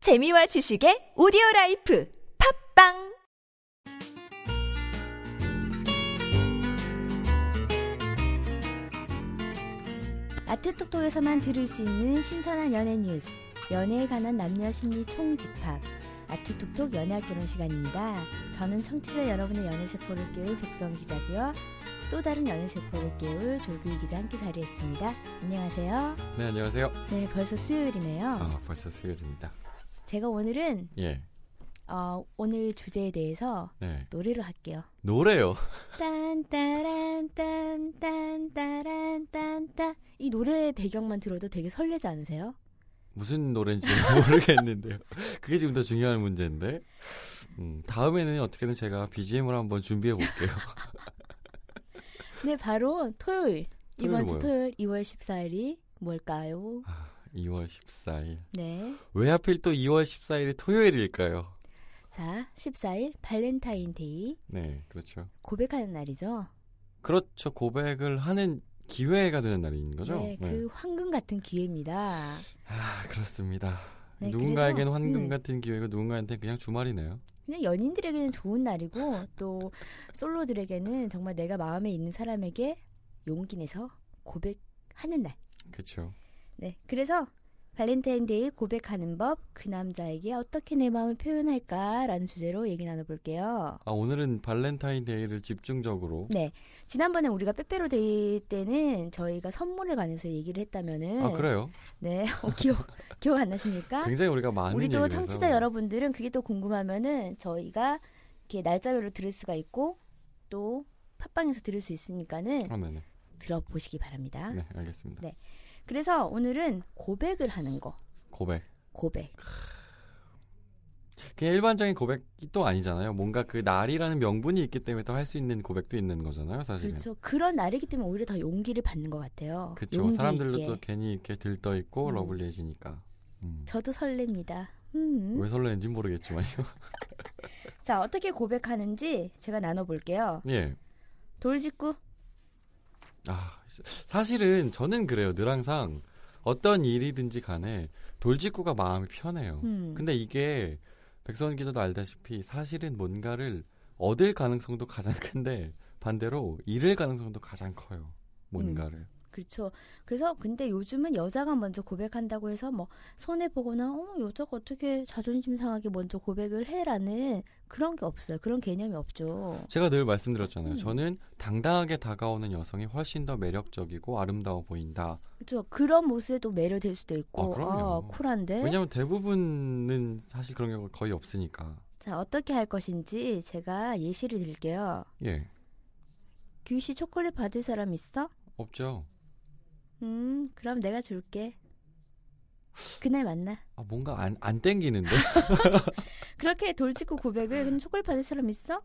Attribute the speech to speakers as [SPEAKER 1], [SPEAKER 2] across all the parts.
[SPEAKER 1] 재미와 지식의 오디오 라이프 팝빵
[SPEAKER 2] 아트톡톡에서만 들을 수 있는 신선한 연애 뉴스, 연애에 관한 남녀 심리 총집합, 아트톡톡 연애학 결혼 시간입니다. 저는 청취자 여러분의 연애 세포를 깨울 백성 기자고요. 또 다른 연애 세포를 깨울 졸귀 기자 함께 자리했습니다. 안녕하세요.
[SPEAKER 3] 네 안녕하세요.
[SPEAKER 2] 네, 벌써 수요일이네요.
[SPEAKER 3] 아 벌써 수요일입니다.
[SPEAKER 2] 제가 오늘은
[SPEAKER 3] 예.
[SPEAKER 2] 어, 오늘 주제에 대해서
[SPEAKER 3] 네
[SPEAKER 2] 노래로 할게요.
[SPEAKER 3] 노래요.
[SPEAKER 2] 딴따란딴딴따란딴따 이 노래의 배경만 들어도 되게 설레지 않으세요?
[SPEAKER 3] 무슨 노래인지 모르겠는데요. 그게 지금 더 중요한 문제인데. 음, 다음에는 어떻게든 제가 BGM을 한번 준비해 볼게요.
[SPEAKER 2] 네, 바로 토요일. 이번 주
[SPEAKER 3] 토요일 뭐예요?
[SPEAKER 2] 토요일 2월 14일이 뭘까요?
[SPEAKER 3] 2월 14일.
[SPEAKER 2] 네.
[SPEAKER 3] 왜 하필 또 2월 14일이 토요일일까요?
[SPEAKER 2] 자, 14일 발렌타인데이.
[SPEAKER 3] 네 그렇죠.
[SPEAKER 2] 고백하는 날이죠.
[SPEAKER 3] 그렇죠 고백을 하는 기회가 되는 날인 거죠.
[SPEAKER 2] 네, 그 황금 같은 기회입니다.
[SPEAKER 3] 아 그렇습니다.
[SPEAKER 2] 네,
[SPEAKER 3] 누군가에겐
[SPEAKER 2] 그래서,
[SPEAKER 3] 황금
[SPEAKER 2] 음.
[SPEAKER 3] 같은 기회고 누군가한테 그냥 주말이네요.
[SPEAKER 2] 그냥 연인들에게는 좋은 날이고 또 솔로들에게는 정말 내가 마음에 있는 사람에게 용기 내서 고백하는 날.
[SPEAKER 3] 그렇죠.
[SPEAKER 2] 네. 그래서 발렌타인데이 고백하는 법, 그 남자에게 어떻게 내 마음을 표현할까라는 주제로 얘기 나눠볼게요.
[SPEAKER 3] 아 오늘은 발렌타인데이를 집중적으로
[SPEAKER 2] 네. 지난번에 우리가 빼빼로 데이 때는 저희가 선물에 관해서 얘기를 했다면은
[SPEAKER 3] 아 그래요. 그
[SPEAKER 2] 네. 어, 기억 기억 안 나십니까?
[SPEAKER 3] 굉장히 우리가 많은
[SPEAKER 2] 아? 우리 또
[SPEAKER 3] 얘기를
[SPEAKER 2] 청취자
[SPEAKER 3] 해서.
[SPEAKER 2] 여러분들은 그게 또 궁금하면은 저희가 이렇게 날짜별로 들을 수가 있고 또 팟빵에서 들을 수 있으니까는
[SPEAKER 3] 아, 네네.
[SPEAKER 2] 들어보시기 바랍니다.
[SPEAKER 3] 네, 알겠습니다.
[SPEAKER 2] 네. 그래서 오늘은 고백을 하는 거.
[SPEAKER 3] 고백.
[SPEAKER 2] 고백.
[SPEAKER 3] 그냥 일반적인 고백이 또 아니잖아요. 뭔가 그 날이라는 명분이 있기 때문에 또 할 수 있는 고백도 있는 거잖아요, 사실은.
[SPEAKER 2] 그렇죠. 그런 날이기 때문에 오히려 더 용기를 받는 것 같아요.
[SPEAKER 3] 그렇죠.
[SPEAKER 2] 용기
[SPEAKER 3] 사람들도
[SPEAKER 2] 있게.
[SPEAKER 3] 또 괜히 이렇게 들떠 있고
[SPEAKER 2] 음.
[SPEAKER 3] 러블리해지니까. 음.
[SPEAKER 2] 저도 설렙니다. 음.
[SPEAKER 3] 왜 설레는지 모르겠지만요.
[SPEAKER 2] 자, 어떻게 고백하는지 제가 나눠볼게요.
[SPEAKER 3] 예.
[SPEAKER 2] 돌직구.
[SPEAKER 3] 아, 사실은 저는 그래요. 늘 항상 어떤 일이든지 간에 돌직구가 마음이 편해요.
[SPEAKER 2] 음.
[SPEAKER 3] 근데 이게 백선 기자도 알다시피 사실은 뭔가를 얻을 가능성도 가장 큰데 반대로 잃을 가능성도 가장 커요. 뭔가를.
[SPEAKER 2] 그렇죠. 그래서 근데 요즘은 여자가 먼저 고백한다고 해서 뭐 손해 보거나 어 여자가 어떻게 자존심 상하게 먼저 고백을 해라는 그런 게 없어요. 그런 개념이 없죠.
[SPEAKER 3] 제가 늘 말씀드렸잖아요.
[SPEAKER 2] 음.
[SPEAKER 3] 저는 당당하게 다가오는 여성이 훨씬 더 매력적이고 아름다워 보인다.
[SPEAKER 2] 그렇죠. 그런 모습에도 매료될 수도 있고
[SPEAKER 3] 아, 그럼요.
[SPEAKER 2] 아, 쿨한데.
[SPEAKER 3] 왜냐하면 대부분은 사실 그런 경우가 거의 없으니까.
[SPEAKER 2] 자 어떻게 할 것인지 제가 예시를 드릴게요.
[SPEAKER 3] 예,
[SPEAKER 2] 규 씨 초콜릿 받을 사람 있어?
[SPEAKER 3] 없죠.
[SPEAKER 2] 음 그럼 내가 줄게. 그날 만나.
[SPEAKER 3] 아, 뭔가 안, 안 땡기는데?
[SPEAKER 2] 그렇게 돌직구 고백을 그냥 초콜릿 받을 사람 있어?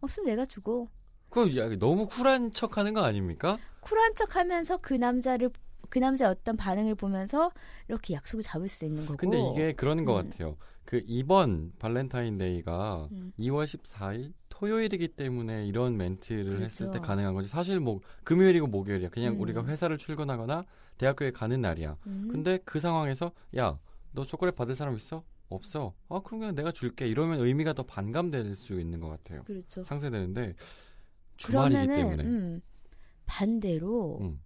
[SPEAKER 2] 없으면 내가 주고
[SPEAKER 3] 그거 야, 너무 쿨한 척 하는 거 아닙니까?
[SPEAKER 2] 쿨한 척하면서 그 남자를 그 남자의 어떤 반응을 보면서 이렇게 약속을 잡을 수 있는 거고.
[SPEAKER 3] 근데 이게 그런 것
[SPEAKER 2] 음.
[SPEAKER 3] 같아요. 그 이번 발렌타인데이가
[SPEAKER 2] 음.
[SPEAKER 3] 2월 14일 토요일이기 때문에 이런 멘트를 했을 때
[SPEAKER 2] 그렇죠.
[SPEAKER 3] 가능한 거지. 사실 뭐 금요일이고 목요일이야. 그냥
[SPEAKER 2] 음.
[SPEAKER 3] 우리가 회사를 출근하거나 대학교에 가는 날이야.
[SPEAKER 2] 음,
[SPEAKER 3] 근데 그 상황에서 야 너 초콜릿 받을 사람 있어? 없어. 아 그럼 그냥 내가 줄게. 이러면 의미가 더 반감될 수 있는 것 같아요.
[SPEAKER 2] 그렇죠.
[SPEAKER 3] 상쇄되는데 주말이기
[SPEAKER 2] 그러면은
[SPEAKER 3] 때문에.
[SPEAKER 2] 음, 반대로
[SPEAKER 3] 음.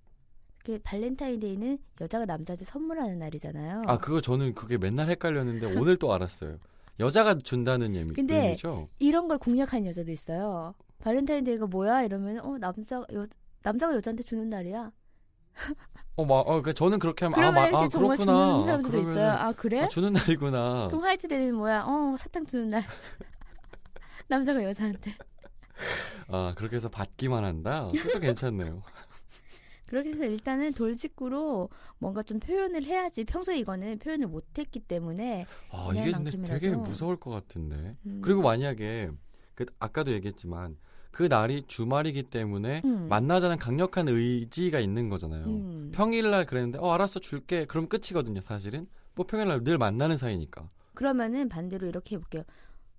[SPEAKER 2] 이렇게 발렌타인데이는 여자가 남자한테 선물하는 날이잖아요.
[SPEAKER 3] 아 그거 저는 그게 맨날 헷갈렸는데 오늘 또 알았어요. 여자가 준다는 예미,
[SPEAKER 2] 근데
[SPEAKER 3] 의미죠.
[SPEAKER 2] 이런 걸 공략하는 여자도 있어요. 발렌타인데이가 뭐야? 이러면 어 남자 여, 남자가 여자한테 주는 날이야.
[SPEAKER 3] 어, 마, 어, 그러니까 저는 그렇게 하면 아,
[SPEAKER 2] 그러면
[SPEAKER 3] 마,
[SPEAKER 2] 이렇게
[SPEAKER 3] 아
[SPEAKER 2] 정말
[SPEAKER 3] 그렇구나.
[SPEAKER 2] 주는
[SPEAKER 3] 아,
[SPEAKER 2] 사람들도
[SPEAKER 3] 그러면은
[SPEAKER 2] 있어요. 아 그래?
[SPEAKER 3] 아, 주는 날이구나.
[SPEAKER 2] 그럼 화이트데이는 뭐야? 어 사탕 주는 날. 남자가 여자한테.
[SPEAKER 3] 아 그렇게 해서 받기만 한다. 그것도 괜찮네요.
[SPEAKER 2] 그렇게 해서 일단은 돌직구로 뭔가 좀 표현을 해야지 평소에 이거는 표현을 못했기 때문에
[SPEAKER 3] 아
[SPEAKER 2] 그냥
[SPEAKER 3] 이게 근데
[SPEAKER 2] 낭심이라도.
[SPEAKER 3] 되게 무서울 것 같은데.
[SPEAKER 2] 네, 음,
[SPEAKER 3] 그리고 만약에 그 아까도 얘기했지만 그 날이 주말이기 때문에
[SPEAKER 2] 음.
[SPEAKER 3] 만나자는 강력한 의지가 있는 거잖아요.
[SPEAKER 2] 음,
[SPEAKER 3] 평일날 그랬는데 어 알았어 줄게. 그럼 끝이거든요. 사실은 뭐 평일날 늘 만나는 사이니까.
[SPEAKER 2] 그러면은 반대로 이렇게 해볼게요.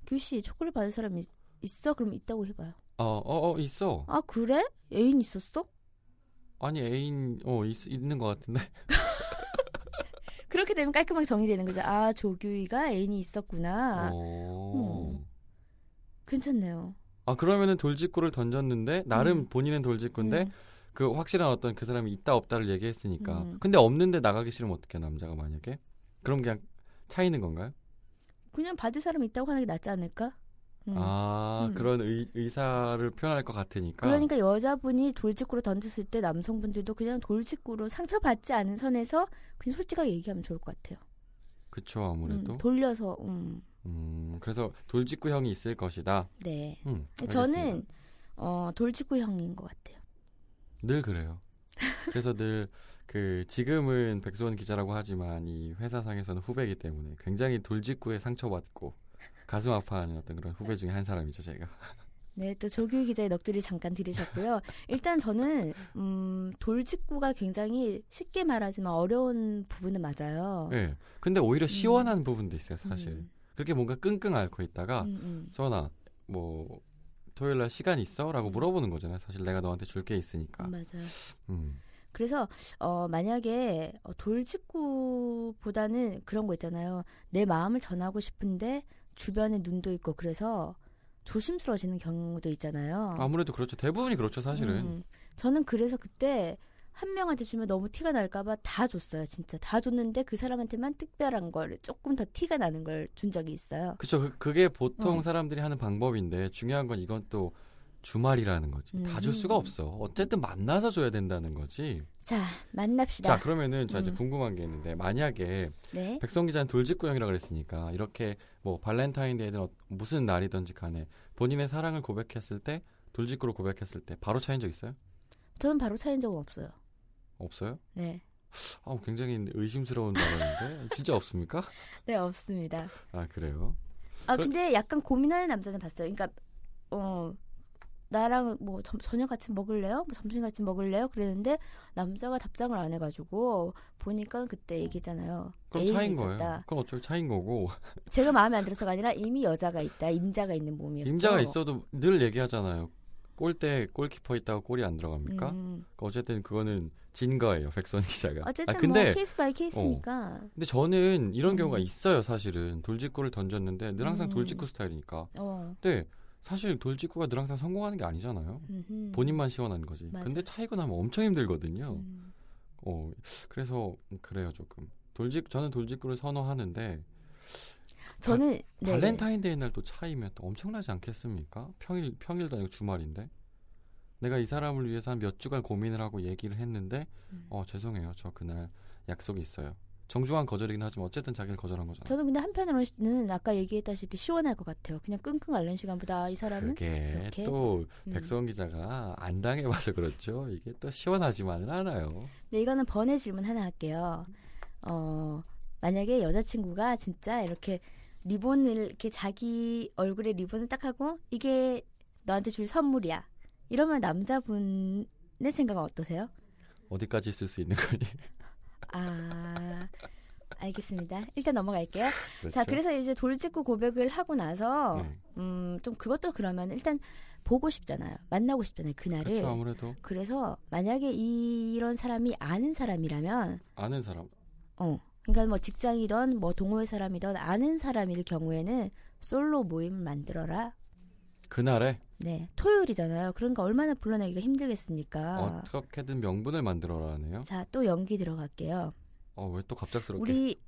[SPEAKER 2] 규씨 초콜릿 받을 사람 있, 있어? 그럼 있다고 해봐요.
[SPEAKER 3] 어어어 있어.
[SPEAKER 2] 아 그래? 애인 있었어?
[SPEAKER 3] 아니 애인 어 있, 있는 것 같은데.
[SPEAKER 2] 그렇게 되면 깔끔하게 정리되는 거죠. 아 조규희가 애인이 있었구나.
[SPEAKER 3] 어.
[SPEAKER 2] 아. 음. 괜찮네요.
[SPEAKER 3] 아 그러면은 돌직구를 던졌는데 나름
[SPEAKER 2] 음.
[SPEAKER 3] 본인은 돌직구인데
[SPEAKER 2] 음.
[SPEAKER 3] 그 확실한 어떤 그 사람이 있다 없다를 얘기했으니까
[SPEAKER 2] 음.
[SPEAKER 3] 근데 없는데 나가기 싫으면 어떻게 남자가 만약에 그럼 그냥 차이는 건가요?
[SPEAKER 2] 그냥 받을 사람 있다고 하는 게 낫지 않을까? 음.
[SPEAKER 3] 아
[SPEAKER 2] 음.
[SPEAKER 3] 그런 의, 의사를 표현할 것 같으니까
[SPEAKER 2] 그러니까 여자분이 돌직구로 던졌을 때 남성분들도 그냥 돌직구로 상처받지 않은 선에서 그냥 솔직하게 얘기하면 좋을 것 같아요.
[SPEAKER 3] 그쵸
[SPEAKER 2] 음,
[SPEAKER 3] 아무래도 음,
[SPEAKER 2] 돌려서 음.
[SPEAKER 3] 그래서 돌직구 형이 있을 것이다.
[SPEAKER 2] 네.
[SPEAKER 3] 음, 알겠습니다.
[SPEAKER 2] 저는 어, 돌직구 형인 것 같아요.
[SPEAKER 3] 늘 그래요. 그래서 늘 그 지금은 백수원 기자라고 하지만 이 회사상에서는 후배이기 때문에 굉장히 돌직구에 상처받고 가슴 아파하는 어떤 그런 후배 중에 한 사람이죠 제가.
[SPEAKER 2] 네, 또 조규 기자의 넋두리 잠깐 들으셨고요. 일단 저는 음, 돌직구가 굉장히 쉽게 말하지만 어려운 부분은 맞아요.
[SPEAKER 3] 예. 근데 오히려 시원한 부분도 있어요 사실.
[SPEAKER 2] 그렇죠. 음,
[SPEAKER 3] 그렇게 뭔가 끙끙 앓고 있다가
[SPEAKER 2] 음, 음.
[SPEAKER 3] 서원아 뭐 토요일 날 시간 있어?라고 물어보는 거잖아요. 사실 내가 너한테 줄 게 있으니까.
[SPEAKER 2] 맞아요.
[SPEAKER 3] 음.
[SPEAKER 2] 그래서 어 만약에 어, 돌직구보다는 그런 거 있잖아요. 내 마음을 전하고 싶은데 주변에 눈도 있고 그래서 조심스러워지는 경우도 있잖아요.
[SPEAKER 3] 아무래도 그렇죠. 대부분이 그렇죠 사실은.
[SPEAKER 2] 어. 음. 저는 그래서 그때 한 명한테 주면 너무 티가 날까봐 다 줬어요. 진짜 다 줬는데 그 사람한테만 특별한 걸 조금 더 티가 나는 걸 준 적이 있어요.
[SPEAKER 3] 그렇죠. 그, 게 보통
[SPEAKER 2] 음.
[SPEAKER 3] 사람들이 하는 방법인데 중요한 건 이건 또 주말이라는 거지. 다 줄
[SPEAKER 2] 음.
[SPEAKER 3] 수가 없어. 어쨌든 만나서 줘야 된다는 거지.
[SPEAKER 2] 자 만납시다.
[SPEAKER 3] 자 그러면은 저 이제
[SPEAKER 2] 음.
[SPEAKER 3] 궁금한 게 있는데 만약에
[SPEAKER 2] 네.
[SPEAKER 3] 백성 기자는 돌직구형이라 그랬으니까 이렇게 뭐 발렌타인데이든 어- 무슨 날이든지 간에 본인의 사랑을 고백했을 때 돌직구로 고백했을 때 바로 차인 적 있어요?
[SPEAKER 2] 저는 바로 차인 적은 없어요.
[SPEAKER 3] 없어요?
[SPEAKER 2] 네.
[SPEAKER 3] 아, 굉장히 의심스러운 말인데 진짜 없습니까?
[SPEAKER 2] 네 없습니다.
[SPEAKER 3] 아 그래요?
[SPEAKER 2] 아
[SPEAKER 3] 그래-
[SPEAKER 2] 근데 약간 고민하는 남자는 봤어요. 그러니까 어 나랑 뭐 점- 저녁 같이 먹을래요? 뭐 점심 같이 먹을래요? 그랬는데 남자가 답장을 안 해가지고 보니까 그때 얘기잖아요.
[SPEAKER 3] 그럼
[SPEAKER 2] 애인이
[SPEAKER 3] 차인
[SPEAKER 2] 있었다.
[SPEAKER 3] 거예요. 그럼 어차피 차인 거고
[SPEAKER 2] 제가 마음에 안 들어서가 아니라 이미 여자가 있다, 임자가 있는 몸이었죠.
[SPEAKER 3] 임자가 있어도 늘 얘기하잖아요. 골 때 골키퍼 있다고 골이 안 들어갑니까? 그러니까
[SPEAKER 2] 음.
[SPEAKER 3] 어쨌든 그거는 진 거예요, 백선 기자가.
[SPEAKER 2] 어쨌든
[SPEAKER 3] 아, 근데
[SPEAKER 2] 뭐 케이스 바이 케이스니까.
[SPEAKER 3] 근데 저는 이런
[SPEAKER 2] 음.
[SPEAKER 3] 경우가 있어요, 사실은 돌직구를 던졌는데 늘 항상
[SPEAKER 2] 음.
[SPEAKER 3] 돌직구 스타일이니까.
[SPEAKER 2] 어.
[SPEAKER 3] 근데 네, 사실 돌직구가 늘 항상 성공하는 게 아니잖아요.
[SPEAKER 2] 음흠.
[SPEAKER 3] 본인만 시원한 거지.
[SPEAKER 2] 맞아요.
[SPEAKER 3] 근데 차이고 나면 엄청 힘들거든요.
[SPEAKER 2] 음.
[SPEAKER 3] 어, 그래서 음, 그래요 조금. 돌직 저는 돌직구를 선호하는데
[SPEAKER 2] 저는 네.
[SPEAKER 3] 아, 발렌타인데이 날 또 차이면 또 엄청나지 않겠습니까? 평일 평일도 아니고 주말인데 내가 이 사람을 위해서 한 몇 주간 고민을 하고 얘기를 했는데
[SPEAKER 2] 음.
[SPEAKER 3] 어 죄송해요 저 그날 약속이 있어요. 정중한 거절이긴 하지만 어쨌든 자기를 거절한 거잖아요.
[SPEAKER 2] 저는 근데 한편으로는 아까 얘기했다시피 시원할 것 같아요. 그냥 끙끙 앓는 시간보다 아, 이 사람은
[SPEAKER 3] 그게
[SPEAKER 2] 이렇게?
[SPEAKER 3] 또
[SPEAKER 2] 음.
[SPEAKER 3] 백성 기자가 안 당해봐서 그렇죠. 이게 또 시원하지만은 않아요.
[SPEAKER 2] 네, 이거는 번외 질문 하나 할게요. 어, 만약에 여자친구가 진짜 이렇게 리본을 이렇게 자기 얼굴에 리본을 딱 하고 이게 너한테 줄 선물이야. 이러면 남자분의 생각은 어떠세요?
[SPEAKER 3] 어디까지 쓸 수 있는 거니?
[SPEAKER 2] 아, 알겠습니다. 일단 넘어갈게요.
[SPEAKER 3] 그렇죠?
[SPEAKER 2] 자, 그래서 이제 돌직구 고백을 하고 나서
[SPEAKER 3] 네.
[SPEAKER 2] 음, 좀 그것도 그러면 일단 보고 싶잖아요. 만나고 싶잖아요. 그날을.
[SPEAKER 3] 그렇죠 아무래도
[SPEAKER 2] 그래서 만약에 이- 이런 사람이 아는 사람이라면
[SPEAKER 3] 아는 사람
[SPEAKER 2] 어. 그러니까 뭐 직장이던 뭐 동호회 사람이던 아는 사람일 경우에는 솔로 모임을 만들어라.
[SPEAKER 3] 그날에
[SPEAKER 2] 네. 토요일이잖아요. 그러니까 얼마나 불러내기가 힘들겠습니까?
[SPEAKER 3] 어떻게든 명분을 만들어라네요.
[SPEAKER 2] 자, 또 연기 들어갈게요.
[SPEAKER 3] 어 왜 또 갑작스럽게
[SPEAKER 2] 우리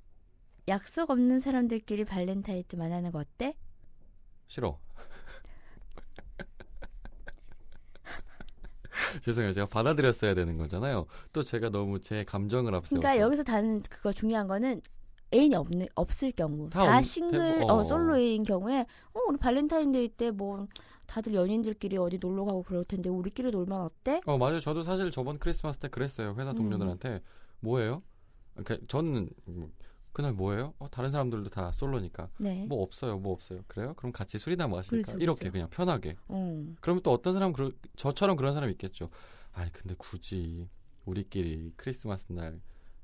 [SPEAKER 2] 약속 없는 사람들끼리 발렌타인 때 만나는 거 어때?
[SPEAKER 3] 싫어. 죄송해요. 제가 받아들였어야 되는 거잖아요. 또 제가 너무 제 감정을 앞세워서
[SPEAKER 2] 그러니까 여기서 다른 그거 중요한 거는 애인이 없는 없을 경우
[SPEAKER 3] 다
[SPEAKER 2] 다,
[SPEAKER 3] 없-
[SPEAKER 2] 싱글
[SPEAKER 3] 대부-
[SPEAKER 2] 어,
[SPEAKER 3] 어.
[SPEAKER 2] 솔로인 경우에 어 우리 발렌타인데이 때 뭐 다들 연인들끼리 어디 놀러 가고 그럴 텐데 우리끼리 놀면 어때?
[SPEAKER 3] 어, 맞아요. 저도 사실 저번 크리스마스 때 그랬어요. 회사
[SPEAKER 2] 음.
[SPEAKER 3] 동료들한테 뭐예요? 그러니까 저는 음, 그날 뭐예요? 어, 다른 사람들도 다 솔로니까
[SPEAKER 2] 네.
[SPEAKER 3] 뭐 없어요. 뭐 없어요. 그래요? 그럼 같이 술이나 마실까?
[SPEAKER 2] 그렇죠,
[SPEAKER 3] 이렇게
[SPEAKER 2] 그렇죠.
[SPEAKER 3] 그냥 편하게.
[SPEAKER 2] 음.
[SPEAKER 3] 그러면 또 어떤 사람 그 아, 저처럼 그런 사람이 있겠죠. 아이 근데 굳이 우리끼리 크리스마스 날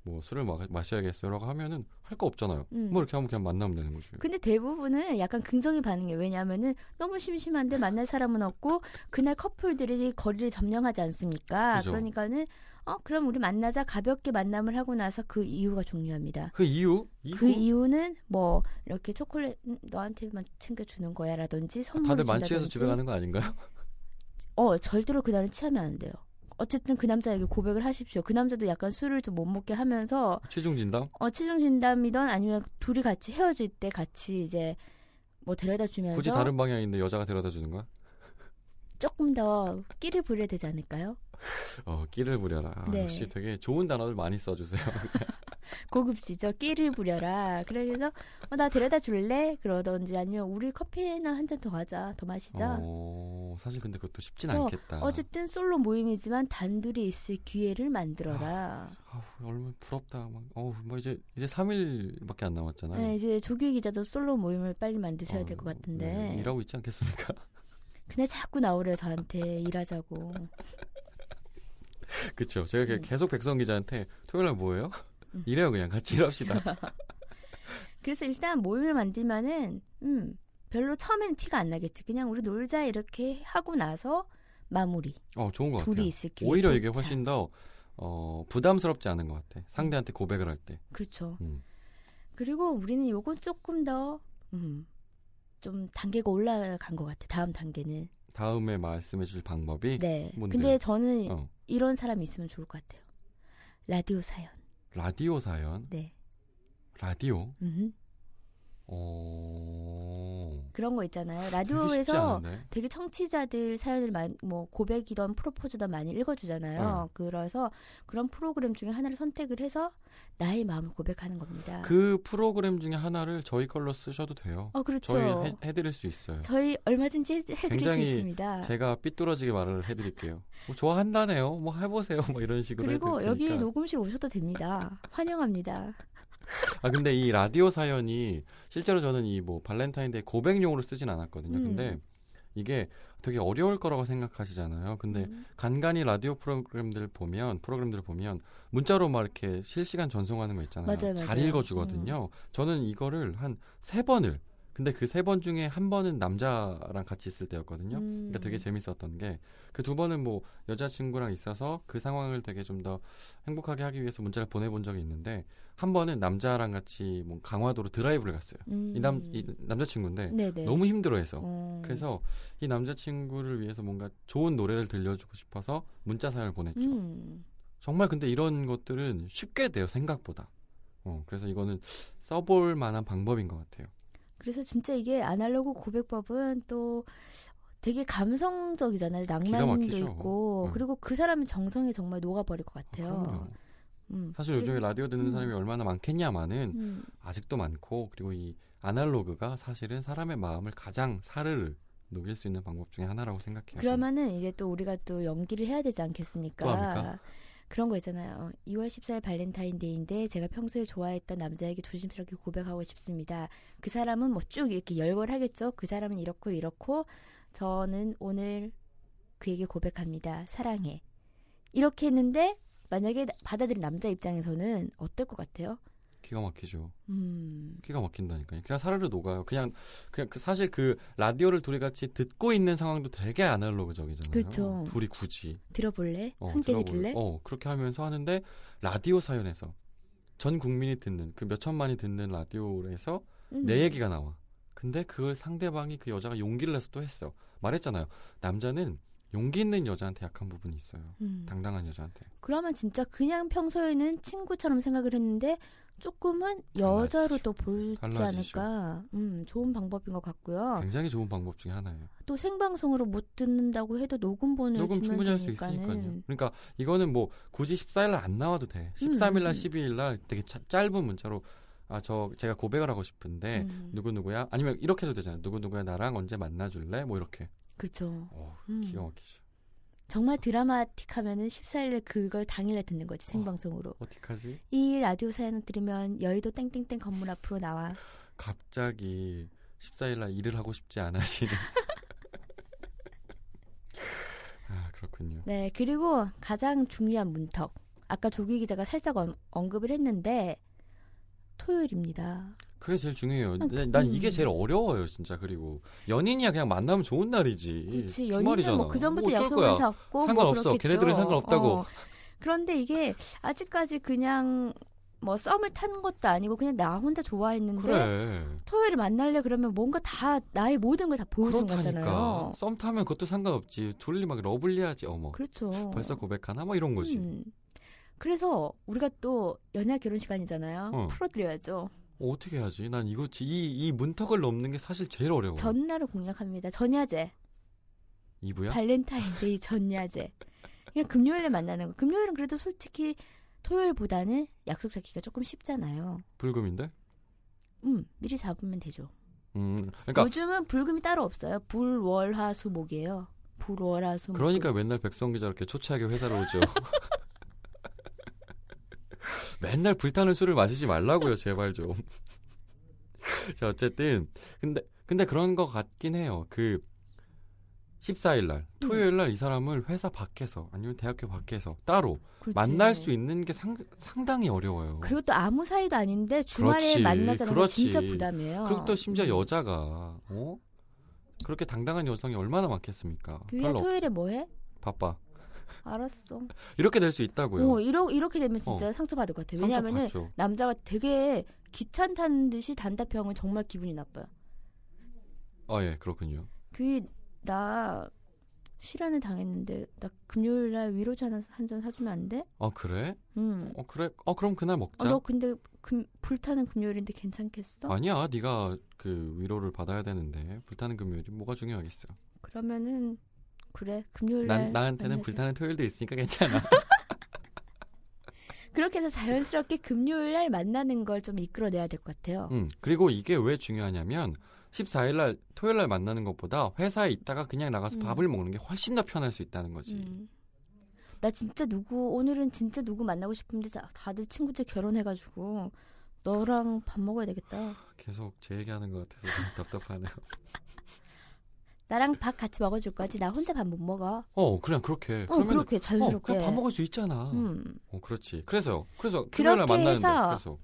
[SPEAKER 3] 뭐 술을 마, 마셔야겠어요라고 하면은 할 거 없잖아요.
[SPEAKER 2] 음.
[SPEAKER 3] 뭐 이렇게 하면 그냥 만나면 되는 거죠.
[SPEAKER 2] 근데 대부분은 약간 긍정이 반응해요. 왜냐하면은 너무 심심한데 만날 사람은 없고 그날 커플들이 거리를 점령하지 않습니까?
[SPEAKER 3] 그죠.
[SPEAKER 2] 그러니까는어 그럼 우리 만나자 가볍게 만남을 하고 나서 그 이유가 중요합니다.
[SPEAKER 3] 그 이유? 이유?
[SPEAKER 2] 그 이유는 뭐 이렇게 초콜릿 음, 너한테만 챙겨주는 거야라든지 선물
[SPEAKER 3] 아, 다들 만취해서 집에 가는 거 아닌가요?
[SPEAKER 2] 어 절대로 그 날은 취하면 안 돼요. 어쨌든 그 남자에게 고백을 하십시오. 그 남자도 약간 술을 좀 못 먹게 하면서
[SPEAKER 3] 취중 진담?
[SPEAKER 2] 어 취중 진담이던 아니면 둘이 같이 헤어질 때 같이 이제 뭐 데려다 주면서
[SPEAKER 3] 굳이 다른 방향인데 여자가 데려다 주는 거야?
[SPEAKER 2] 조금 더 끼를 부려야 되지 않을까요?
[SPEAKER 3] 어, 끼를 부려라. 아,
[SPEAKER 2] 네.
[SPEAKER 3] 역시 되게 좋은 단어를 많이 써주세요.
[SPEAKER 2] 고급지죠. 끼를 부려라. 그래서 어, 나 데려다 줄래? 그러던지 아니면 우리 커피나 한 잔 더 하자. 더 마시자.
[SPEAKER 3] 어, 사실 근데 그것도 쉽진
[SPEAKER 2] 그래서
[SPEAKER 3] 않겠다.
[SPEAKER 2] 어. 쨌든 솔로 모임이지만 단둘이 있을 기회를 만들어라.
[SPEAKER 3] 아우, 얼마나 부럽다. 막, 어우, 뭐 이제 이제 3일밖에 안 남았잖아요.
[SPEAKER 2] 네, 이제 조규 기자도 솔로 모임을 빨리 만드셔야
[SPEAKER 3] 어,
[SPEAKER 2] 될 것
[SPEAKER 3] 네,
[SPEAKER 2] 같은데.
[SPEAKER 3] 일하고 있지 않겠습니까?
[SPEAKER 2] 근데 자꾸 나오래요 저한테 일하자고.
[SPEAKER 3] 그렇죠. 제가
[SPEAKER 2] 음.
[SPEAKER 3] 계속 백성 기자한테 토요일 날 뭐예요?
[SPEAKER 2] 음.
[SPEAKER 3] 일해요 그냥 같이 일합시다.
[SPEAKER 2] 그래서 일단 모임을 만들면은 음 별로 처음엔 티가 안 나겠지. 그냥 우리 놀자 이렇게 하고 나서 마무리.
[SPEAKER 3] 어 좋은 것
[SPEAKER 2] 둘이
[SPEAKER 3] 같아요.
[SPEAKER 2] 있을 기회.
[SPEAKER 3] 오히려 이게
[SPEAKER 2] 자,
[SPEAKER 3] 훨씬 더 어, 부담스럽지 않은 것 같아.
[SPEAKER 2] 음.
[SPEAKER 3] 상대한테 고백을 할 때.
[SPEAKER 2] 그렇죠.
[SPEAKER 3] 음.
[SPEAKER 2] 그리고 우리는 요거 조금 더, 음, 좀 단계가 올라간 것 같아. 다음 단계는.
[SPEAKER 3] 다음에 말씀해줄 방법이
[SPEAKER 2] 네.
[SPEAKER 3] 뭔데요?
[SPEAKER 2] 근데 저는
[SPEAKER 3] 어,
[SPEAKER 2] 이런 사람이 있으면 좋을 것 같아요. 라디오 사연.
[SPEAKER 3] 라디오 사연.
[SPEAKER 2] 네.
[SPEAKER 3] 라디오.
[SPEAKER 2] 음.
[SPEAKER 3] 어.
[SPEAKER 2] 그런 거 있잖아요.
[SPEAKER 3] 되게 쉽지
[SPEAKER 2] 라디오에서
[SPEAKER 3] 않은데.
[SPEAKER 2] 되게 청취자들 사연을 많이, 뭐 고백이던 프로포즈던 많이 읽어주잖아요. 그래서 그런 프로그램 중에 하나를 선택을 해서 나의 마음을 고백하는 겁니다.
[SPEAKER 3] 그 프로그램 중에 하나를 저희 걸로 쓰셔도 돼요.
[SPEAKER 2] 어 그렇죠.
[SPEAKER 3] 저희 해, 해드릴 수 있어요.
[SPEAKER 2] 저희 얼마든지 해- 해드릴 수
[SPEAKER 3] 굉장히
[SPEAKER 2] 있습니다.
[SPEAKER 3] 제가 삐뚤어지게 말을 해드릴게요. 뭐 좋아한다네요. 뭐 해보세요. 뭐 이런 식으로
[SPEAKER 2] 그리고
[SPEAKER 3] 해드릴 테니까.
[SPEAKER 2] 여기 녹음실 오셔도 됩니다. 환영합니다.
[SPEAKER 3] 아 근데 이 라디오 사연이 실제로 저는 이 뭐 발렌타인데이 고백용으로 쓰진 않았거든요.
[SPEAKER 2] 음.
[SPEAKER 3] 근데 이게 되게 어려울 거라고 생각하시잖아요. 근데
[SPEAKER 2] 음.
[SPEAKER 3] 간간히 라디오 프로그램들 보면 프로그램들 보면 문자로 막 이렇게 실시간 전송하는 거 있잖아요.
[SPEAKER 2] 맞아요, 음.
[SPEAKER 3] 잘
[SPEAKER 2] 맞아요.
[SPEAKER 3] 읽어주거든요. 저는 이거를 한 세 번을 근데 그 세 번 중에 한 번은 남자랑 같이 있을 때였거든요. 그러니까
[SPEAKER 2] 음.
[SPEAKER 3] 되게 재밌었던 게 그 두 번은 뭐 여자친구랑 있어서 그 상황을 되게 좀 더 행복하게 하기 위해서 문자를 보내본 적이 있는데 한 번은 남자랑 같이 뭐 강화도로 드라이브를 갔어요. 이 남 이 남자친구인데
[SPEAKER 2] 음. 네네.
[SPEAKER 3] 너무 힘들어해서
[SPEAKER 2] 어.
[SPEAKER 3] 그래서 이 남자친구를 위해서 뭔가 좋은 노래를 들려주고 싶어서 문자 사연을 보냈죠.
[SPEAKER 2] 음.
[SPEAKER 3] 정말 근데 이런 것들은 쉽게 돼요 생각보다. 어, 그래서 이거는 써볼 만한 방법인 것 같아요.
[SPEAKER 2] 그래서 진짜 이게 아날로그 고백법은 또 되게 감성적이잖아요. 낭만도
[SPEAKER 3] 막히죠.
[SPEAKER 2] 있고
[SPEAKER 3] 음.
[SPEAKER 2] 그리고 그 사람의 정성이 정말 녹아버릴 것 같아요.
[SPEAKER 3] 그럼요.
[SPEAKER 2] 음.
[SPEAKER 3] 사실 요즘에 라디오 듣는
[SPEAKER 2] 음.
[SPEAKER 3] 사람이 얼마나 많겠냐마는
[SPEAKER 2] 음.
[SPEAKER 3] 아직도 많고 그리고 이 아날로그가 사실은 사람의 마음을 가장 사르르 녹일 수 있는 방법 중에 하나라고 생각해요.
[SPEAKER 2] 그러면은 이제 또 우리가 또 연기를 해야 되지 않겠습니까?
[SPEAKER 3] 또 합니까?
[SPEAKER 2] 그런 거 있잖아요. 어, 2월 14일 발렌타인데이인데 제가 평소에 좋아했던 남자에게 조심스럽게 고백하고 싶습니다. 그 사람은 뭐 쭉 이렇게 열거하겠죠. 그 사람은 이렇고 이렇고 저는 오늘 그에게 고백합니다. 사랑해. 이렇게 했는데 만약에 나- 받아들인 남자 입장에서는 어떨 것 같아요?
[SPEAKER 3] 저는. 기가 막히죠.
[SPEAKER 2] 음.
[SPEAKER 3] 기가 막힌다니까요. 그냥 사르르 녹아요. 그냥 그냥 그 사실 그 라디오를 둘이 같이 듣고 있는 상황도 되게 아날로그적이잖아요.
[SPEAKER 2] 그렇죠.
[SPEAKER 3] 둘이 굳이
[SPEAKER 2] 들어볼래?
[SPEAKER 3] 어,
[SPEAKER 2] 함께
[SPEAKER 3] 들어볼-
[SPEAKER 2] 들을래?
[SPEAKER 3] 어, 그렇게 하면서 하는데 라디오 사연에서 전 국민이 듣는 그 몇 천만이 듣는 라디오에서
[SPEAKER 2] 음.
[SPEAKER 3] 내 얘기가 나와. 근데 그걸 상대방이 그 여자가 용기를 내서 또 했어. 말했잖아요. 남자는 용기 있는 여자한테 약한 부분이 있어요.
[SPEAKER 2] 음.
[SPEAKER 3] 당당한 여자한테.
[SPEAKER 2] 그러면 진짜 그냥 평소에는 친구처럼 생각을 했는데 조금은 여자로 또 보지
[SPEAKER 3] 달라지죠. 그
[SPEAKER 2] 않을까. 음, 좋은 방법인 것 같고요.
[SPEAKER 3] 굉장히 좋은 방법 중에 하나예요.
[SPEAKER 2] 또 생방송으로 못 듣는다고 해도 녹음본을
[SPEAKER 3] 녹음
[SPEAKER 2] 네, 주면
[SPEAKER 3] 충분히 할 수
[SPEAKER 2] 되니까는.
[SPEAKER 3] 있으니까요. 그러니까 이거는 뭐 굳이 14일 날 안 나와도 돼. 13일
[SPEAKER 2] 음.
[SPEAKER 3] 날, 12일 날 되게 차- 짧은 문자로 아 저 제가 고백을 하고 싶은데
[SPEAKER 2] 음,
[SPEAKER 3] 누구 누구야? 아니면 이렇게 해도 되잖아요. 누구 누구야 나랑 언제 만나 줄래? 뭐 이렇게.
[SPEAKER 2] 그렇죠.
[SPEAKER 3] 오,
[SPEAKER 2] 음.
[SPEAKER 3] 기가 막히죠.
[SPEAKER 2] 정말 드라마틱하면은 14일에 그걸 당일에 듣는 거지 생방송으로.
[SPEAKER 3] 어떡하지?
[SPEAKER 2] 이 라디오 사연 들으면 여의도 땡땡땡 건물 앞으로 나와.
[SPEAKER 3] 갑자기 14일 날 일을 하고 싶지 않아지는. 아, 그렇군요.
[SPEAKER 2] 네, 그리고 가장 중요한 문턱. 아까 조기 기자가 살짝 언, 언급을 했는데 토요일입니다.
[SPEAKER 3] 그게 제일 중요해요.
[SPEAKER 2] 아,
[SPEAKER 3] 난, 난
[SPEAKER 2] 음.
[SPEAKER 3] 이게 제일 어려워요, 진짜. 그리고 연인이야 그냥 만나면 좋은 날이지.
[SPEAKER 2] 그렇지
[SPEAKER 3] 예, 주말이잖아.
[SPEAKER 2] 연인은 뭐 그전부터
[SPEAKER 3] 어쩔
[SPEAKER 2] 약속을
[SPEAKER 3] 거야.
[SPEAKER 2] 잡고
[SPEAKER 3] 상관없어.
[SPEAKER 2] 뭐 그렇겠죠.
[SPEAKER 3] 걔네들은 상관없다고.
[SPEAKER 2] 어. 그런데 이게 아직까지 그냥 뭐 썸을 탄 것도 아니고 그냥 나 혼자 좋아했는데
[SPEAKER 3] 그래.
[SPEAKER 2] 토요일에 만날래 그러면 뭔가 다 나의 모든 걸 다 보여준
[SPEAKER 3] 그렇다니까.
[SPEAKER 2] 거잖아요.
[SPEAKER 3] 썸 타면 그것도 상관없지. 둘이 막 러블리하지. 어머.
[SPEAKER 2] 그렇죠.
[SPEAKER 3] 벌써 고백하나? 막 이런 거지.
[SPEAKER 2] 음. 그래서 우리가 또 연애 결혼 시간이잖아요.
[SPEAKER 3] 어.
[SPEAKER 2] 풀어드려야죠.
[SPEAKER 3] 어, 떻게 하지? 난 이거 지- 이, 이 문턱을 넘는 게 사실 제일 어려워.
[SPEAKER 2] 전날을 공략합니다. 전야제.
[SPEAKER 3] 이부야?
[SPEAKER 2] 발렌타인데이 전야제. 그냥 금요일에 만나는 거. 금요일은 그래도 솔직히 토요일보다는 약속 잡기가 조금 쉽잖아요.
[SPEAKER 3] 불금인데?
[SPEAKER 2] 음, 미리 잡으면 되죠.
[SPEAKER 3] 음. 그러니까
[SPEAKER 2] 요즘은 불금이 따로 없어요. 불, 월, 화, 수, 목이에요. 불, 월, 화, 수, 목.
[SPEAKER 3] 그러니까 맨날 백성 기자 이렇게 초췌하게 회사로 오죠. 맨날 불타는 술을 마시지 말라고요, 제발 좀. 자, 어쨌든 근데 근데 그런 것 같긴 해요. 그 14일 날
[SPEAKER 2] 음.
[SPEAKER 3] 토요일 날 이 사람을 회사 밖에서 아니면 대학교 밖에서 따로
[SPEAKER 2] 그렇지.
[SPEAKER 3] 만날 수 있는 게 상, 상당히 어려워요.
[SPEAKER 2] 그리고 또 아무 사이도 아닌데 주말에
[SPEAKER 3] 그렇지,
[SPEAKER 2] 만나자는 건
[SPEAKER 3] 그렇지.
[SPEAKER 2] 진짜 부담이에요. 음.
[SPEAKER 3] 그리고 또 심지어 여자가 어? 그렇게 당당한 여성이 얼마나 많겠습니까?
[SPEAKER 2] 교회
[SPEAKER 3] 별로 없-
[SPEAKER 2] 토요일에 뭐해?
[SPEAKER 3] 바빠.
[SPEAKER 2] 알았어.
[SPEAKER 3] 이렇게 될 수 있다고요.
[SPEAKER 2] 어, 이러, 이렇게 되면 진짜 상처받을 것 같아요.
[SPEAKER 3] 상처
[SPEAKER 2] 왜냐하면
[SPEAKER 3] 받죠.
[SPEAKER 2] 남자가 되게 귀찮다는 듯이 단답형은 정말 기분이 나빠요.
[SPEAKER 3] 아 예, 그렇군요.
[SPEAKER 2] 그게 나 실현을 당했는데 나 금요일 날 위로차 하나 한 잔 사주면 안 돼?
[SPEAKER 3] 아 그래?
[SPEAKER 2] 응.
[SPEAKER 3] 어 그래? 어 그럼 그날
[SPEAKER 2] 어,
[SPEAKER 3] 먹자.
[SPEAKER 2] 너 근데 금- 불타는 금요일인데 괜찮겠어?
[SPEAKER 3] 아니야, 네가 그 위로를 받아야 되는데 불타는 금요일이 뭐가 중요하겠어?
[SPEAKER 2] 그러면은 그래 금요일 날
[SPEAKER 3] 난 나한테는
[SPEAKER 2] 만나자.
[SPEAKER 3] 불타는 토요일도 있으니까 괜찮아.
[SPEAKER 2] 그렇게 해서 자연스럽게 금요일 날 만나는 걸 좀 이끌어내야 될 것 같아요.
[SPEAKER 3] 음 그리고 이게 왜 중요하냐면 14일 날 토요일 날 만나는 것보다 회사에 있다가 그냥 나가서
[SPEAKER 2] 음.
[SPEAKER 3] 밥을 먹는 게 훨씬 더 편할 수 있다는 거지.
[SPEAKER 2] 음. 나 진짜 누구 오늘은 진짜 누구 만나고 싶은데 다- 다들 친구들 결혼해가지고 너랑 밥 먹어야 되겠다.
[SPEAKER 3] 계속 제 얘기하는 것 같아서 좀 답답하네요.
[SPEAKER 2] 나랑 밥 같이 먹어줄 거지. 나 혼자 밥 못 먹어.
[SPEAKER 3] 어 그냥 그렇게.
[SPEAKER 2] 어
[SPEAKER 3] 그러면
[SPEAKER 2] 그렇게
[SPEAKER 3] 어,
[SPEAKER 2] 자연스럽게.
[SPEAKER 3] 그냥 밥 먹을 수 있잖아.
[SPEAKER 2] 음.
[SPEAKER 3] 어, 그렇지. 그래서요. 그래서 금요일 날
[SPEAKER 2] 그렇게
[SPEAKER 3] 만나는데.
[SPEAKER 2] 해서
[SPEAKER 3] 그래서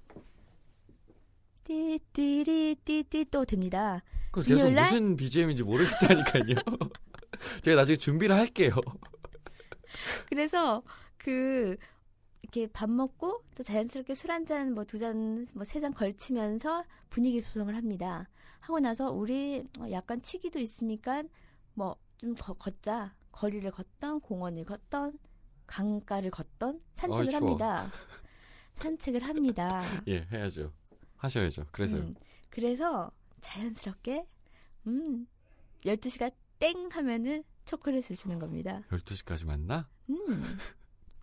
[SPEAKER 2] 띠띠리띠띠 또 됩니다.
[SPEAKER 3] 그 계속
[SPEAKER 2] 금요일 날?
[SPEAKER 3] 무슨 BGM인지 모르겠다니까요. 제가 나중에 준비를 할게요.
[SPEAKER 2] 그래서 그 이렇게 밥 먹고 또 자연스럽게 술 한 잔 뭐 두 잔 뭐 세 잔 걸치면서 분위기 조성을 합니다. 하고 나서 우리 어, 약간 치기도 있으니까 뭐 좀 걷자. 거리를 걷던 공원을 걷던 강가를 걷던 산책을
[SPEAKER 3] 추워.
[SPEAKER 2] 합니다. 산책을 합니다.
[SPEAKER 3] 예, 해야죠. 하셔야죠. 그래서요.
[SPEAKER 2] 음, 그래서 자연스럽게 음 12시가 땡 하면은 초콜릿을 주는 겁니다.
[SPEAKER 3] 12시까지 만나?
[SPEAKER 2] 음.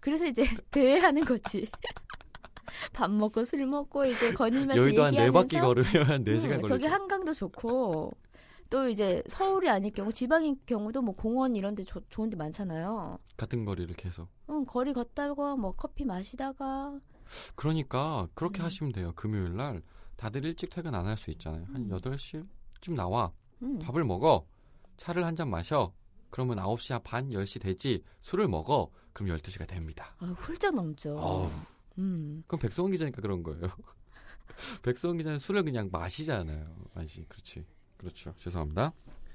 [SPEAKER 2] 그래서 이제 대회하는 거지. 밥 먹고 술 먹고 이제 거닐면서
[SPEAKER 3] 여의도 한 네
[SPEAKER 2] 얘기하면서
[SPEAKER 3] 바퀴 걸으면 한 4시간
[SPEAKER 2] 음,
[SPEAKER 3] 걸릴
[SPEAKER 2] 저기
[SPEAKER 3] 거예요.
[SPEAKER 2] 한강도 좋고 또 이제 서울이 아닐 경우 지방인 경우도 뭐 공원 이런 데 조- 좋은 데 많잖아요.
[SPEAKER 3] 같은 거리를 계속.
[SPEAKER 2] 응, 거리 걷다가 뭐 커피 마시다가
[SPEAKER 3] 그러니까 그렇게
[SPEAKER 2] 음.
[SPEAKER 3] 하시면 돼요. 금요일 날 다들 일찍 퇴근 안 할 수 있잖아요.
[SPEAKER 2] 음.
[SPEAKER 3] 한 8시쯤 나와.
[SPEAKER 2] 음.
[SPEAKER 3] 밥을 먹어. 차를 한 잔 마셔. 그러면 9시 반, 10시 되지. 술을 먹어. 그럼 12시가 됩니다.
[SPEAKER 2] 아, 훌쩍 넘죠.
[SPEAKER 3] 어우.
[SPEAKER 2] 음.
[SPEAKER 3] 그럼 백성원 기자니까 그런 거예요. 백성원 기자는 술을 그냥 마시잖아요. 마시. 그렇지. 그렇죠. 죄송합니다.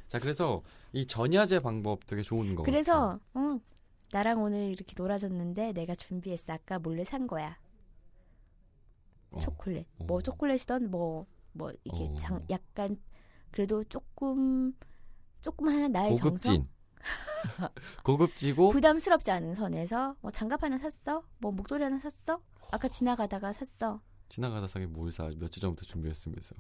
[SPEAKER 3] 자, 그래서 이 전야제 방법 되게 좋은 거 같아요.
[SPEAKER 2] 그래서
[SPEAKER 3] 그렇죠.
[SPEAKER 2] 응, 나랑 오늘 이렇게 놀아줬는데 내가 준비했어. 아까 몰래 산 거야.
[SPEAKER 3] 어.
[SPEAKER 2] 초콜릿.
[SPEAKER 3] 어.
[SPEAKER 2] 뭐 초콜릿이던 뭐, 뭐 이게
[SPEAKER 3] 어.
[SPEAKER 2] 장, 약간 그래도 조금 조금 하나 나의 정성
[SPEAKER 3] 고급진. 고급지고
[SPEAKER 2] 부담스럽지 않은 선에서 뭐 장갑 하나 샀어? 뭐 목도리 하나 샀어? 아까 지나가다가 샀어.
[SPEAKER 3] 지나가다 사기 몰사 며칠 전부터 준비했으면서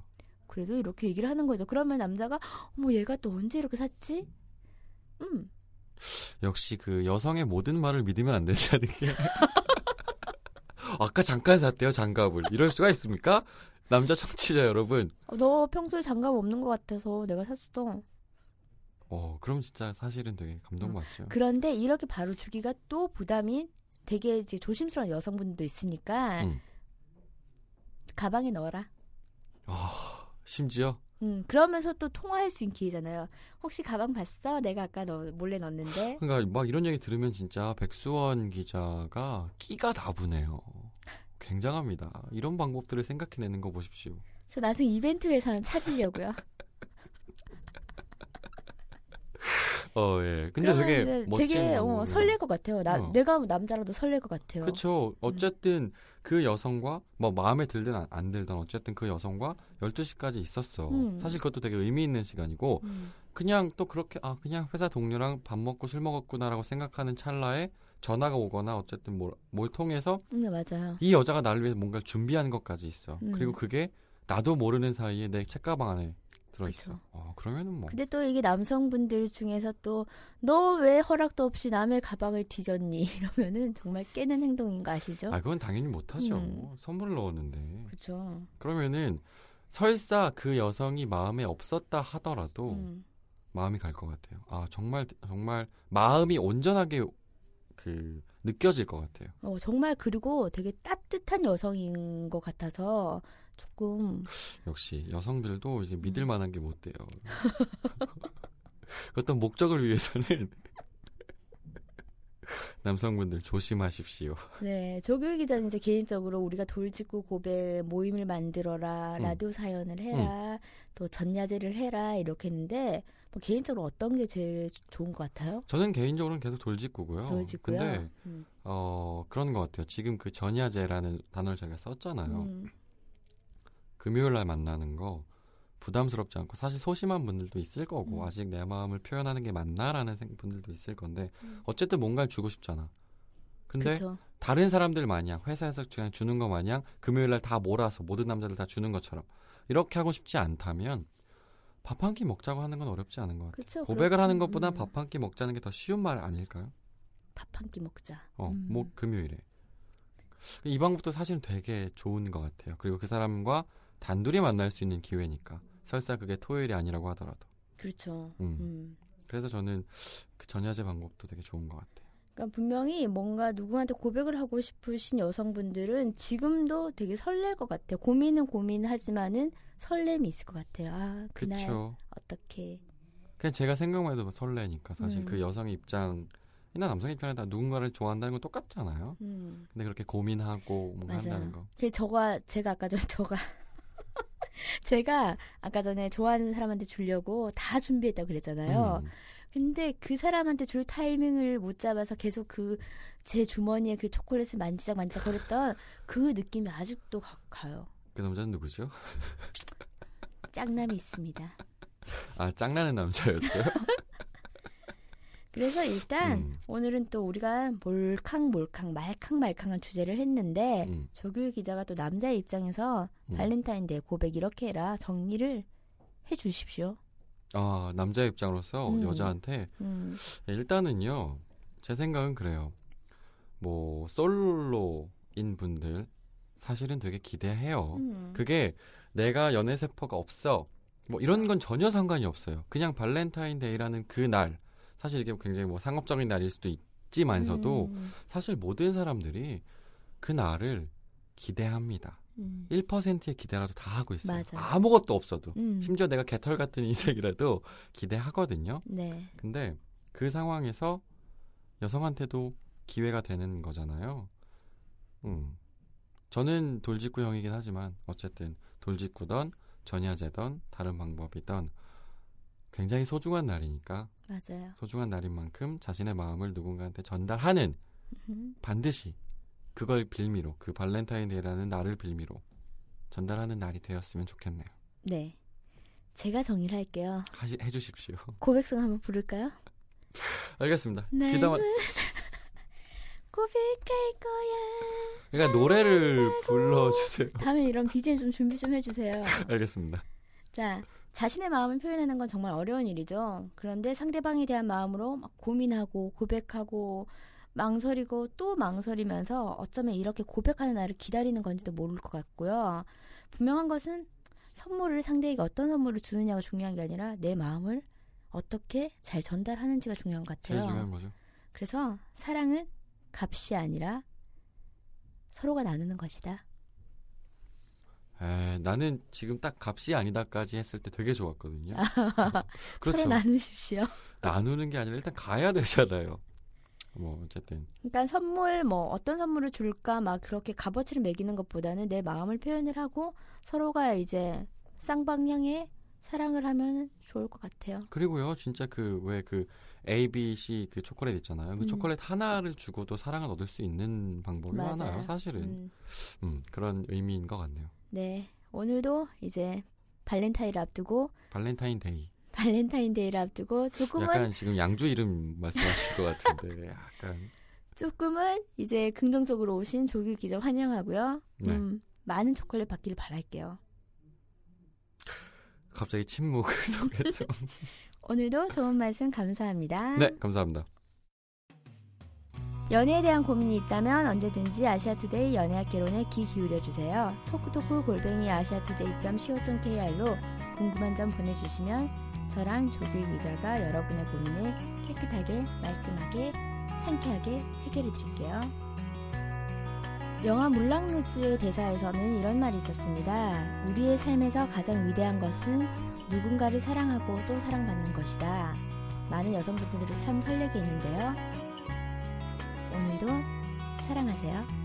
[SPEAKER 2] 그래도 이렇게 얘기를 하는 거죠. 그러면 남자가 어머 얘가 또 언제 이렇게 샀지? 음.
[SPEAKER 3] 역시 그 여성의 모든 말을 믿으면 안 된다는 게 아까 잠깐 샀대요 장갑을 이럴 수가 있습니까? 남자 청취자 여러분,
[SPEAKER 2] 어, 너 평소에 장갑 없는 것 같아서 내가 샀어.
[SPEAKER 3] 어 그럼 진짜 사실은 되게 감동받죠.
[SPEAKER 2] 그런데 이렇게 바로 주기가 또 부담인 되게 이제 조심스러운 여성분도 있으니까
[SPEAKER 3] 음.
[SPEAKER 2] 가방에 넣어라.
[SPEAKER 3] 아 심지어
[SPEAKER 2] 음, 그러면서 또 통화할 수 있는 기회잖아요. 혹시 가방 봤어? 내가 아까 너 몰래 넣었는데.
[SPEAKER 3] 그러니까 막 이런 얘기 들으면 진짜 백수원 기자가 끼가 다부네요. 굉장합니다. 이런 방법들을 생각해내는 거 보십시오.
[SPEAKER 2] 저 나중에 이벤트 회사는 차리려고요.
[SPEAKER 3] 어, 예. 근데
[SPEAKER 2] 그러면
[SPEAKER 3] 되게
[SPEAKER 2] 이제
[SPEAKER 3] 멋진
[SPEAKER 2] 되게 어,
[SPEAKER 3] 방법이에요.
[SPEAKER 2] 설릴 것 같아요. 나
[SPEAKER 3] 어.
[SPEAKER 2] 내가 남자라도 설릴 것 같아요.
[SPEAKER 3] 그렇죠. 어쨌든 그 여성과 뭐 마음에 들든 안, 안 들든 어쨌든 그 여성과 12시까지 있었어.
[SPEAKER 2] 음.
[SPEAKER 3] 사실 그것도 되게 의미 있는 시간이고
[SPEAKER 2] 음.
[SPEAKER 3] 그냥 또 그렇게 아 그냥 회사 동료랑 밥 먹고 술 먹었구나라고 생각하는 찰나에 전화가 오거나 어쨌든 뭘, 뭘 통해서
[SPEAKER 2] 네 맞아요.
[SPEAKER 3] 이 여자가 나를 위해서 뭔가를 준비한 것까지 있어.
[SPEAKER 2] 음.
[SPEAKER 3] 그리고 그게 나도 모르는 사이에 내 책가방 안에 들어 있어.
[SPEAKER 2] 그쵸.
[SPEAKER 3] 어, 그러면은 뭐
[SPEAKER 2] 근데 또 이게 남성분들 중에서 또 너 왜 허락도 없이 남의 가방을 뒤졌니 이러면은 정말 깨는 행동인 거 아시죠?
[SPEAKER 3] 아, 그건 당연히 못 하죠.
[SPEAKER 2] 음.
[SPEAKER 3] 선물을 넣었는데.
[SPEAKER 2] 그렇죠.
[SPEAKER 3] 그러면은 설사 그 여성이 마음에 없었다 하더라도
[SPEAKER 2] 음.
[SPEAKER 3] 마음이 갈 것 같아요. 아, 정말 정말 마음이 온전하게 그 느껴질 것 같아요.
[SPEAKER 2] 어, 정말 그리고 되게 따뜻한 여성인 것 같아서 조금
[SPEAKER 3] 역시 여성들도 이제
[SPEAKER 2] 음.
[SPEAKER 3] 믿을 만한 게 못 돼요. 어떤 목적을 위해서는 남성분들 조심하십시오.
[SPEAKER 2] 네 조규 기자는 이제 개인적으로 우리가 돌직구 고백 모임을 만들어라
[SPEAKER 3] 음.
[SPEAKER 2] 라디오 사연을 해라 또 전야제를 해라 이렇게 했는데 뭐 개인적으로 어떤 게 제일 좋은 것 같아요?
[SPEAKER 3] 저는 개인적으로는 계속 돌직구고요.
[SPEAKER 2] 돌직구요.
[SPEAKER 3] 어, 근데
[SPEAKER 2] 음.
[SPEAKER 3] 어 그런 것 같아요. 지금 그 전야제라는 단어를 저희가 썼잖아요.
[SPEAKER 2] 음.
[SPEAKER 3] 금요일 날 만나는 거 부담스럽지 않고 사실 소심한 분들도 있을 거고
[SPEAKER 2] 음.
[SPEAKER 3] 아직 내 마음을 표현하는 게 맞나라는 생- 분들도 있을 건데
[SPEAKER 2] 음.
[SPEAKER 3] 어쨌든 뭔가를 주고 싶잖아. 근데
[SPEAKER 2] 그쵸.
[SPEAKER 3] 다른 사람들 마냥 회사에서 그냥 주는 거 마냥 금요일 날 다 몰아서 모든 남자들 다 주는 것처럼 이렇게 하고 싶지 않다면 밥 한 끼 먹자고 하는 건 어렵지 않은 것 같아요.
[SPEAKER 2] 그렇죠.
[SPEAKER 3] 고백을 하는 것보다
[SPEAKER 2] 음.
[SPEAKER 3] 밥 한 끼 먹자는 게 더 쉬운 말 아닐까요?
[SPEAKER 2] 밥한 끼 먹자.
[SPEAKER 3] 어,
[SPEAKER 2] 음.
[SPEAKER 3] 뭐 금요일에. 이 방법도 사실은 되게 좋은 것 같아요. 그리고 그 사람과 단둘이 만날 수 있는 기회니까. 설사 그게 토요일이 아니라고 하더라도.
[SPEAKER 2] 그렇죠.
[SPEAKER 3] 음.
[SPEAKER 2] 음.
[SPEAKER 3] 그래서 저는 그 전야제 방법도 되게 좋은 것 같아요.
[SPEAKER 2] 그러니까 분명히 뭔가 누구한테 고백을 하고 싶으신 여성분들은 지금도 되게 설렐 것 같아요. 고민은 고민하지만은 설렘이 있을 것 같아요. 아 그날
[SPEAKER 3] 그쵸.
[SPEAKER 2] 어떻게?
[SPEAKER 3] 그냥 제가 생각만 해도 뭐 설레니까. 사실
[SPEAKER 2] 음.
[SPEAKER 3] 그 여성의 입장이나 남성의 입장에 다 누군가를 좋아한다는 건 똑같잖아요.
[SPEAKER 2] 음.
[SPEAKER 3] 근데 그렇게 고민하고 뭔가
[SPEAKER 2] 맞아요.
[SPEAKER 3] 한다는 거.
[SPEAKER 2] 그 저가 제가 아까 전에 저가 제가 아까 전에 좋아하는 사람한테 주려고 다 준비했다고 그랬잖아요.
[SPEAKER 3] 음.
[SPEAKER 2] 근데 그 사람한테 줄 타이밍을 못 잡아서 계속 그 제 주머니에 그 초콜릿을 만지작 만지작 거렸던 그 느낌이 아직도 가, 가요.
[SPEAKER 3] 그 남자는 누구죠?
[SPEAKER 2] 짱남이 있습니다.
[SPEAKER 3] 아, 짱나는 남자였어요?
[SPEAKER 2] 그래서 일단
[SPEAKER 3] 음.
[SPEAKER 2] 오늘은 또 우리가 몰캉몰캉 말캉말캉한 주제를 했는데
[SPEAKER 3] 음,
[SPEAKER 2] 조규 기자가 또 남자의 입장에서
[SPEAKER 3] 음.
[SPEAKER 2] 발렌타인데이 고백 이렇게 해라 정리를 해주십시오.
[SPEAKER 3] 아, 남자 입장으로서
[SPEAKER 2] 음.
[SPEAKER 3] 여자한테
[SPEAKER 2] 음,
[SPEAKER 3] 네, 일단은요, 제 생각은 그래요. 뭐, 솔로인 분들, 사실은 되게 기대해요.
[SPEAKER 2] 음.
[SPEAKER 3] 어, 그게 내가 연애세포가 없어. 뭐, 이런 건 전혀 상관이 없어요. 그냥 발렌타인데이라는 그 날. 사실 이게 굉장히 뭐 상업적인 날일 수도 있지만서도,
[SPEAKER 2] 음,
[SPEAKER 3] 사실 모든 사람들이 그 날을 기대합니다.
[SPEAKER 2] 음.
[SPEAKER 3] 1%의 기대라도 다 하고 있어요.
[SPEAKER 2] 맞아요.
[SPEAKER 3] 무것도 없어도.
[SPEAKER 2] 음,
[SPEAKER 3] 심지어 내가 개털 같은 인생이라도 기대하거든요.
[SPEAKER 2] 네,
[SPEAKER 3] 근데 그 상황에서 여성한테도 기회가 되는 거잖아요. 음. 저는 돌직구 형이긴 하지만 어쨌든 돌직구던 전야제던 다른 방법이던 굉장히 소중한 날이니까
[SPEAKER 2] 맞아요.
[SPEAKER 3] 소중한 날인 만큼 자신의 마음을 누군가한테 전달하는
[SPEAKER 2] 음,
[SPEAKER 3] 반드시 그걸 빌미로 그 발렌타인데이라는 날을 빌미로 전달하는 날이 되었으면 좋겠네요.
[SPEAKER 2] 네, 제가 정리를 할게요.
[SPEAKER 3] 하시, 해주십시오.
[SPEAKER 2] 고백송 한번 부를까요?
[SPEAKER 3] 알겠습니다.
[SPEAKER 2] 네.
[SPEAKER 3] 그동안
[SPEAKER 2] 고백할 거야.
[SPEAKER 3] 그러니까 노래를 불러주세요.
[SPEAKER 2] 다음에 이런 BGM 좀 준비 좀 해주세요.
[SPEAKER 3] 알겠습니다.
[SPEAKER 2] 자, 자신의 마음을 표현하는 건 정말 어려운 일이죠. 그런데 상대방에 대한 마음으로 막 고민하고 고백하고 망설이고 또 망설이면서 어쩌면 이렇게 고백하는 날을 기다리는 건지도 모를 것 같고요. 분명한 것은 선물을 상대에게 어떤 선물을 주느냐가 중요한 게 아니라 내 마음을 어떻게 잘 전달하는지가 중요한 것
[SPEAKER 3] 제일
[SPEAKER 2] 같아요.
[SPEAKER 3] 중요한 거죠.
[SPEAKER 2] 그래서 사랑은 값이 아니라 서로가 나누는 것이다.
[SPEAKER 3] 에, 나는 지금 딱 값이 아니다까지 했을 때 되게 좋았거든요.
[SPEAKER 2] 서로
[SPEAKER 3] 그렇죠.
[SPEAKER 2] 나누십시오.
[SPEAKER 3] 나누는 게 아니라 일단 가야 되잖아요. 뭐 어쨌든
[SPEAKER 2] 그러니까 선물 뭐 어떤 선물을 줄까 막 그렇게 값어치를 매기는 것보다는 내 마음을 표현을 하고 서로가 이제 쌍방향의 사랑을 하면 좋을 것 같아요.
[SPEAKER 3] 그리고요 진짜 그 왜 그 A, B, C 그 초콜릿 있잖아요. 그
[SPEAKER 2] 음.
[SPEAKER 3] 초콜릿 하나를 주고도 사랑을 얻을 수 있는 방법이
[SPEAKER 2] 맞아요.
[SPEAKER 3] 많아요. 사실은
[SPEAKER 2] 음,
[SPEAKER 3] 음, 그런 의미인 것 같네요.
[SPEAKER 2] 네 오늘도 이제 발렌타인을 앞두고
[SPEAKER 3] 발렌타인데이.
[SPEAKER 2] 발렌타인데이를 앞두고 조금은
[SPEAKER 3] 약간 지금 양주 이름 말씀하실 것 같은데 약간
[SPEAKER 2] 조금은 이제 긍정적으로 오신 조규 기자 환영하고요.
[SPEAKER 3] 네.
[SPEAKER 2] 음, 많은 초콜릿 받기를 바랄게요.
[SPEAKER 3] 갑자기 침묵 속에서
[SPEAKER 2] 오늘도 좋은 말씀 감사합니다.
[SPEAKER 3] 네 감사합니다.
[SPEAKER 2] 연애에 대한 고민이 있다면 언제든지 아시아투데이 연애학개론에 귀 기울여주세요. 토크토크 골뱅이 아시아투데이.co.kr로 궁금한 점 보내주시면 저랑 조규 기자가 여러분의 고민을 깨끗하게 말끔하게 상쾌하게 해결해드릴게요. 영화 물랑루즈의 대사에서는 이런 말이 있었습니다. 우리의 삶에서 가장 위대한 것은 누군가를 사랑하고 또 사랑받는 것이다. 많은 여성분들이 참 설레게 있는데요. 오늘도 사랑하세요.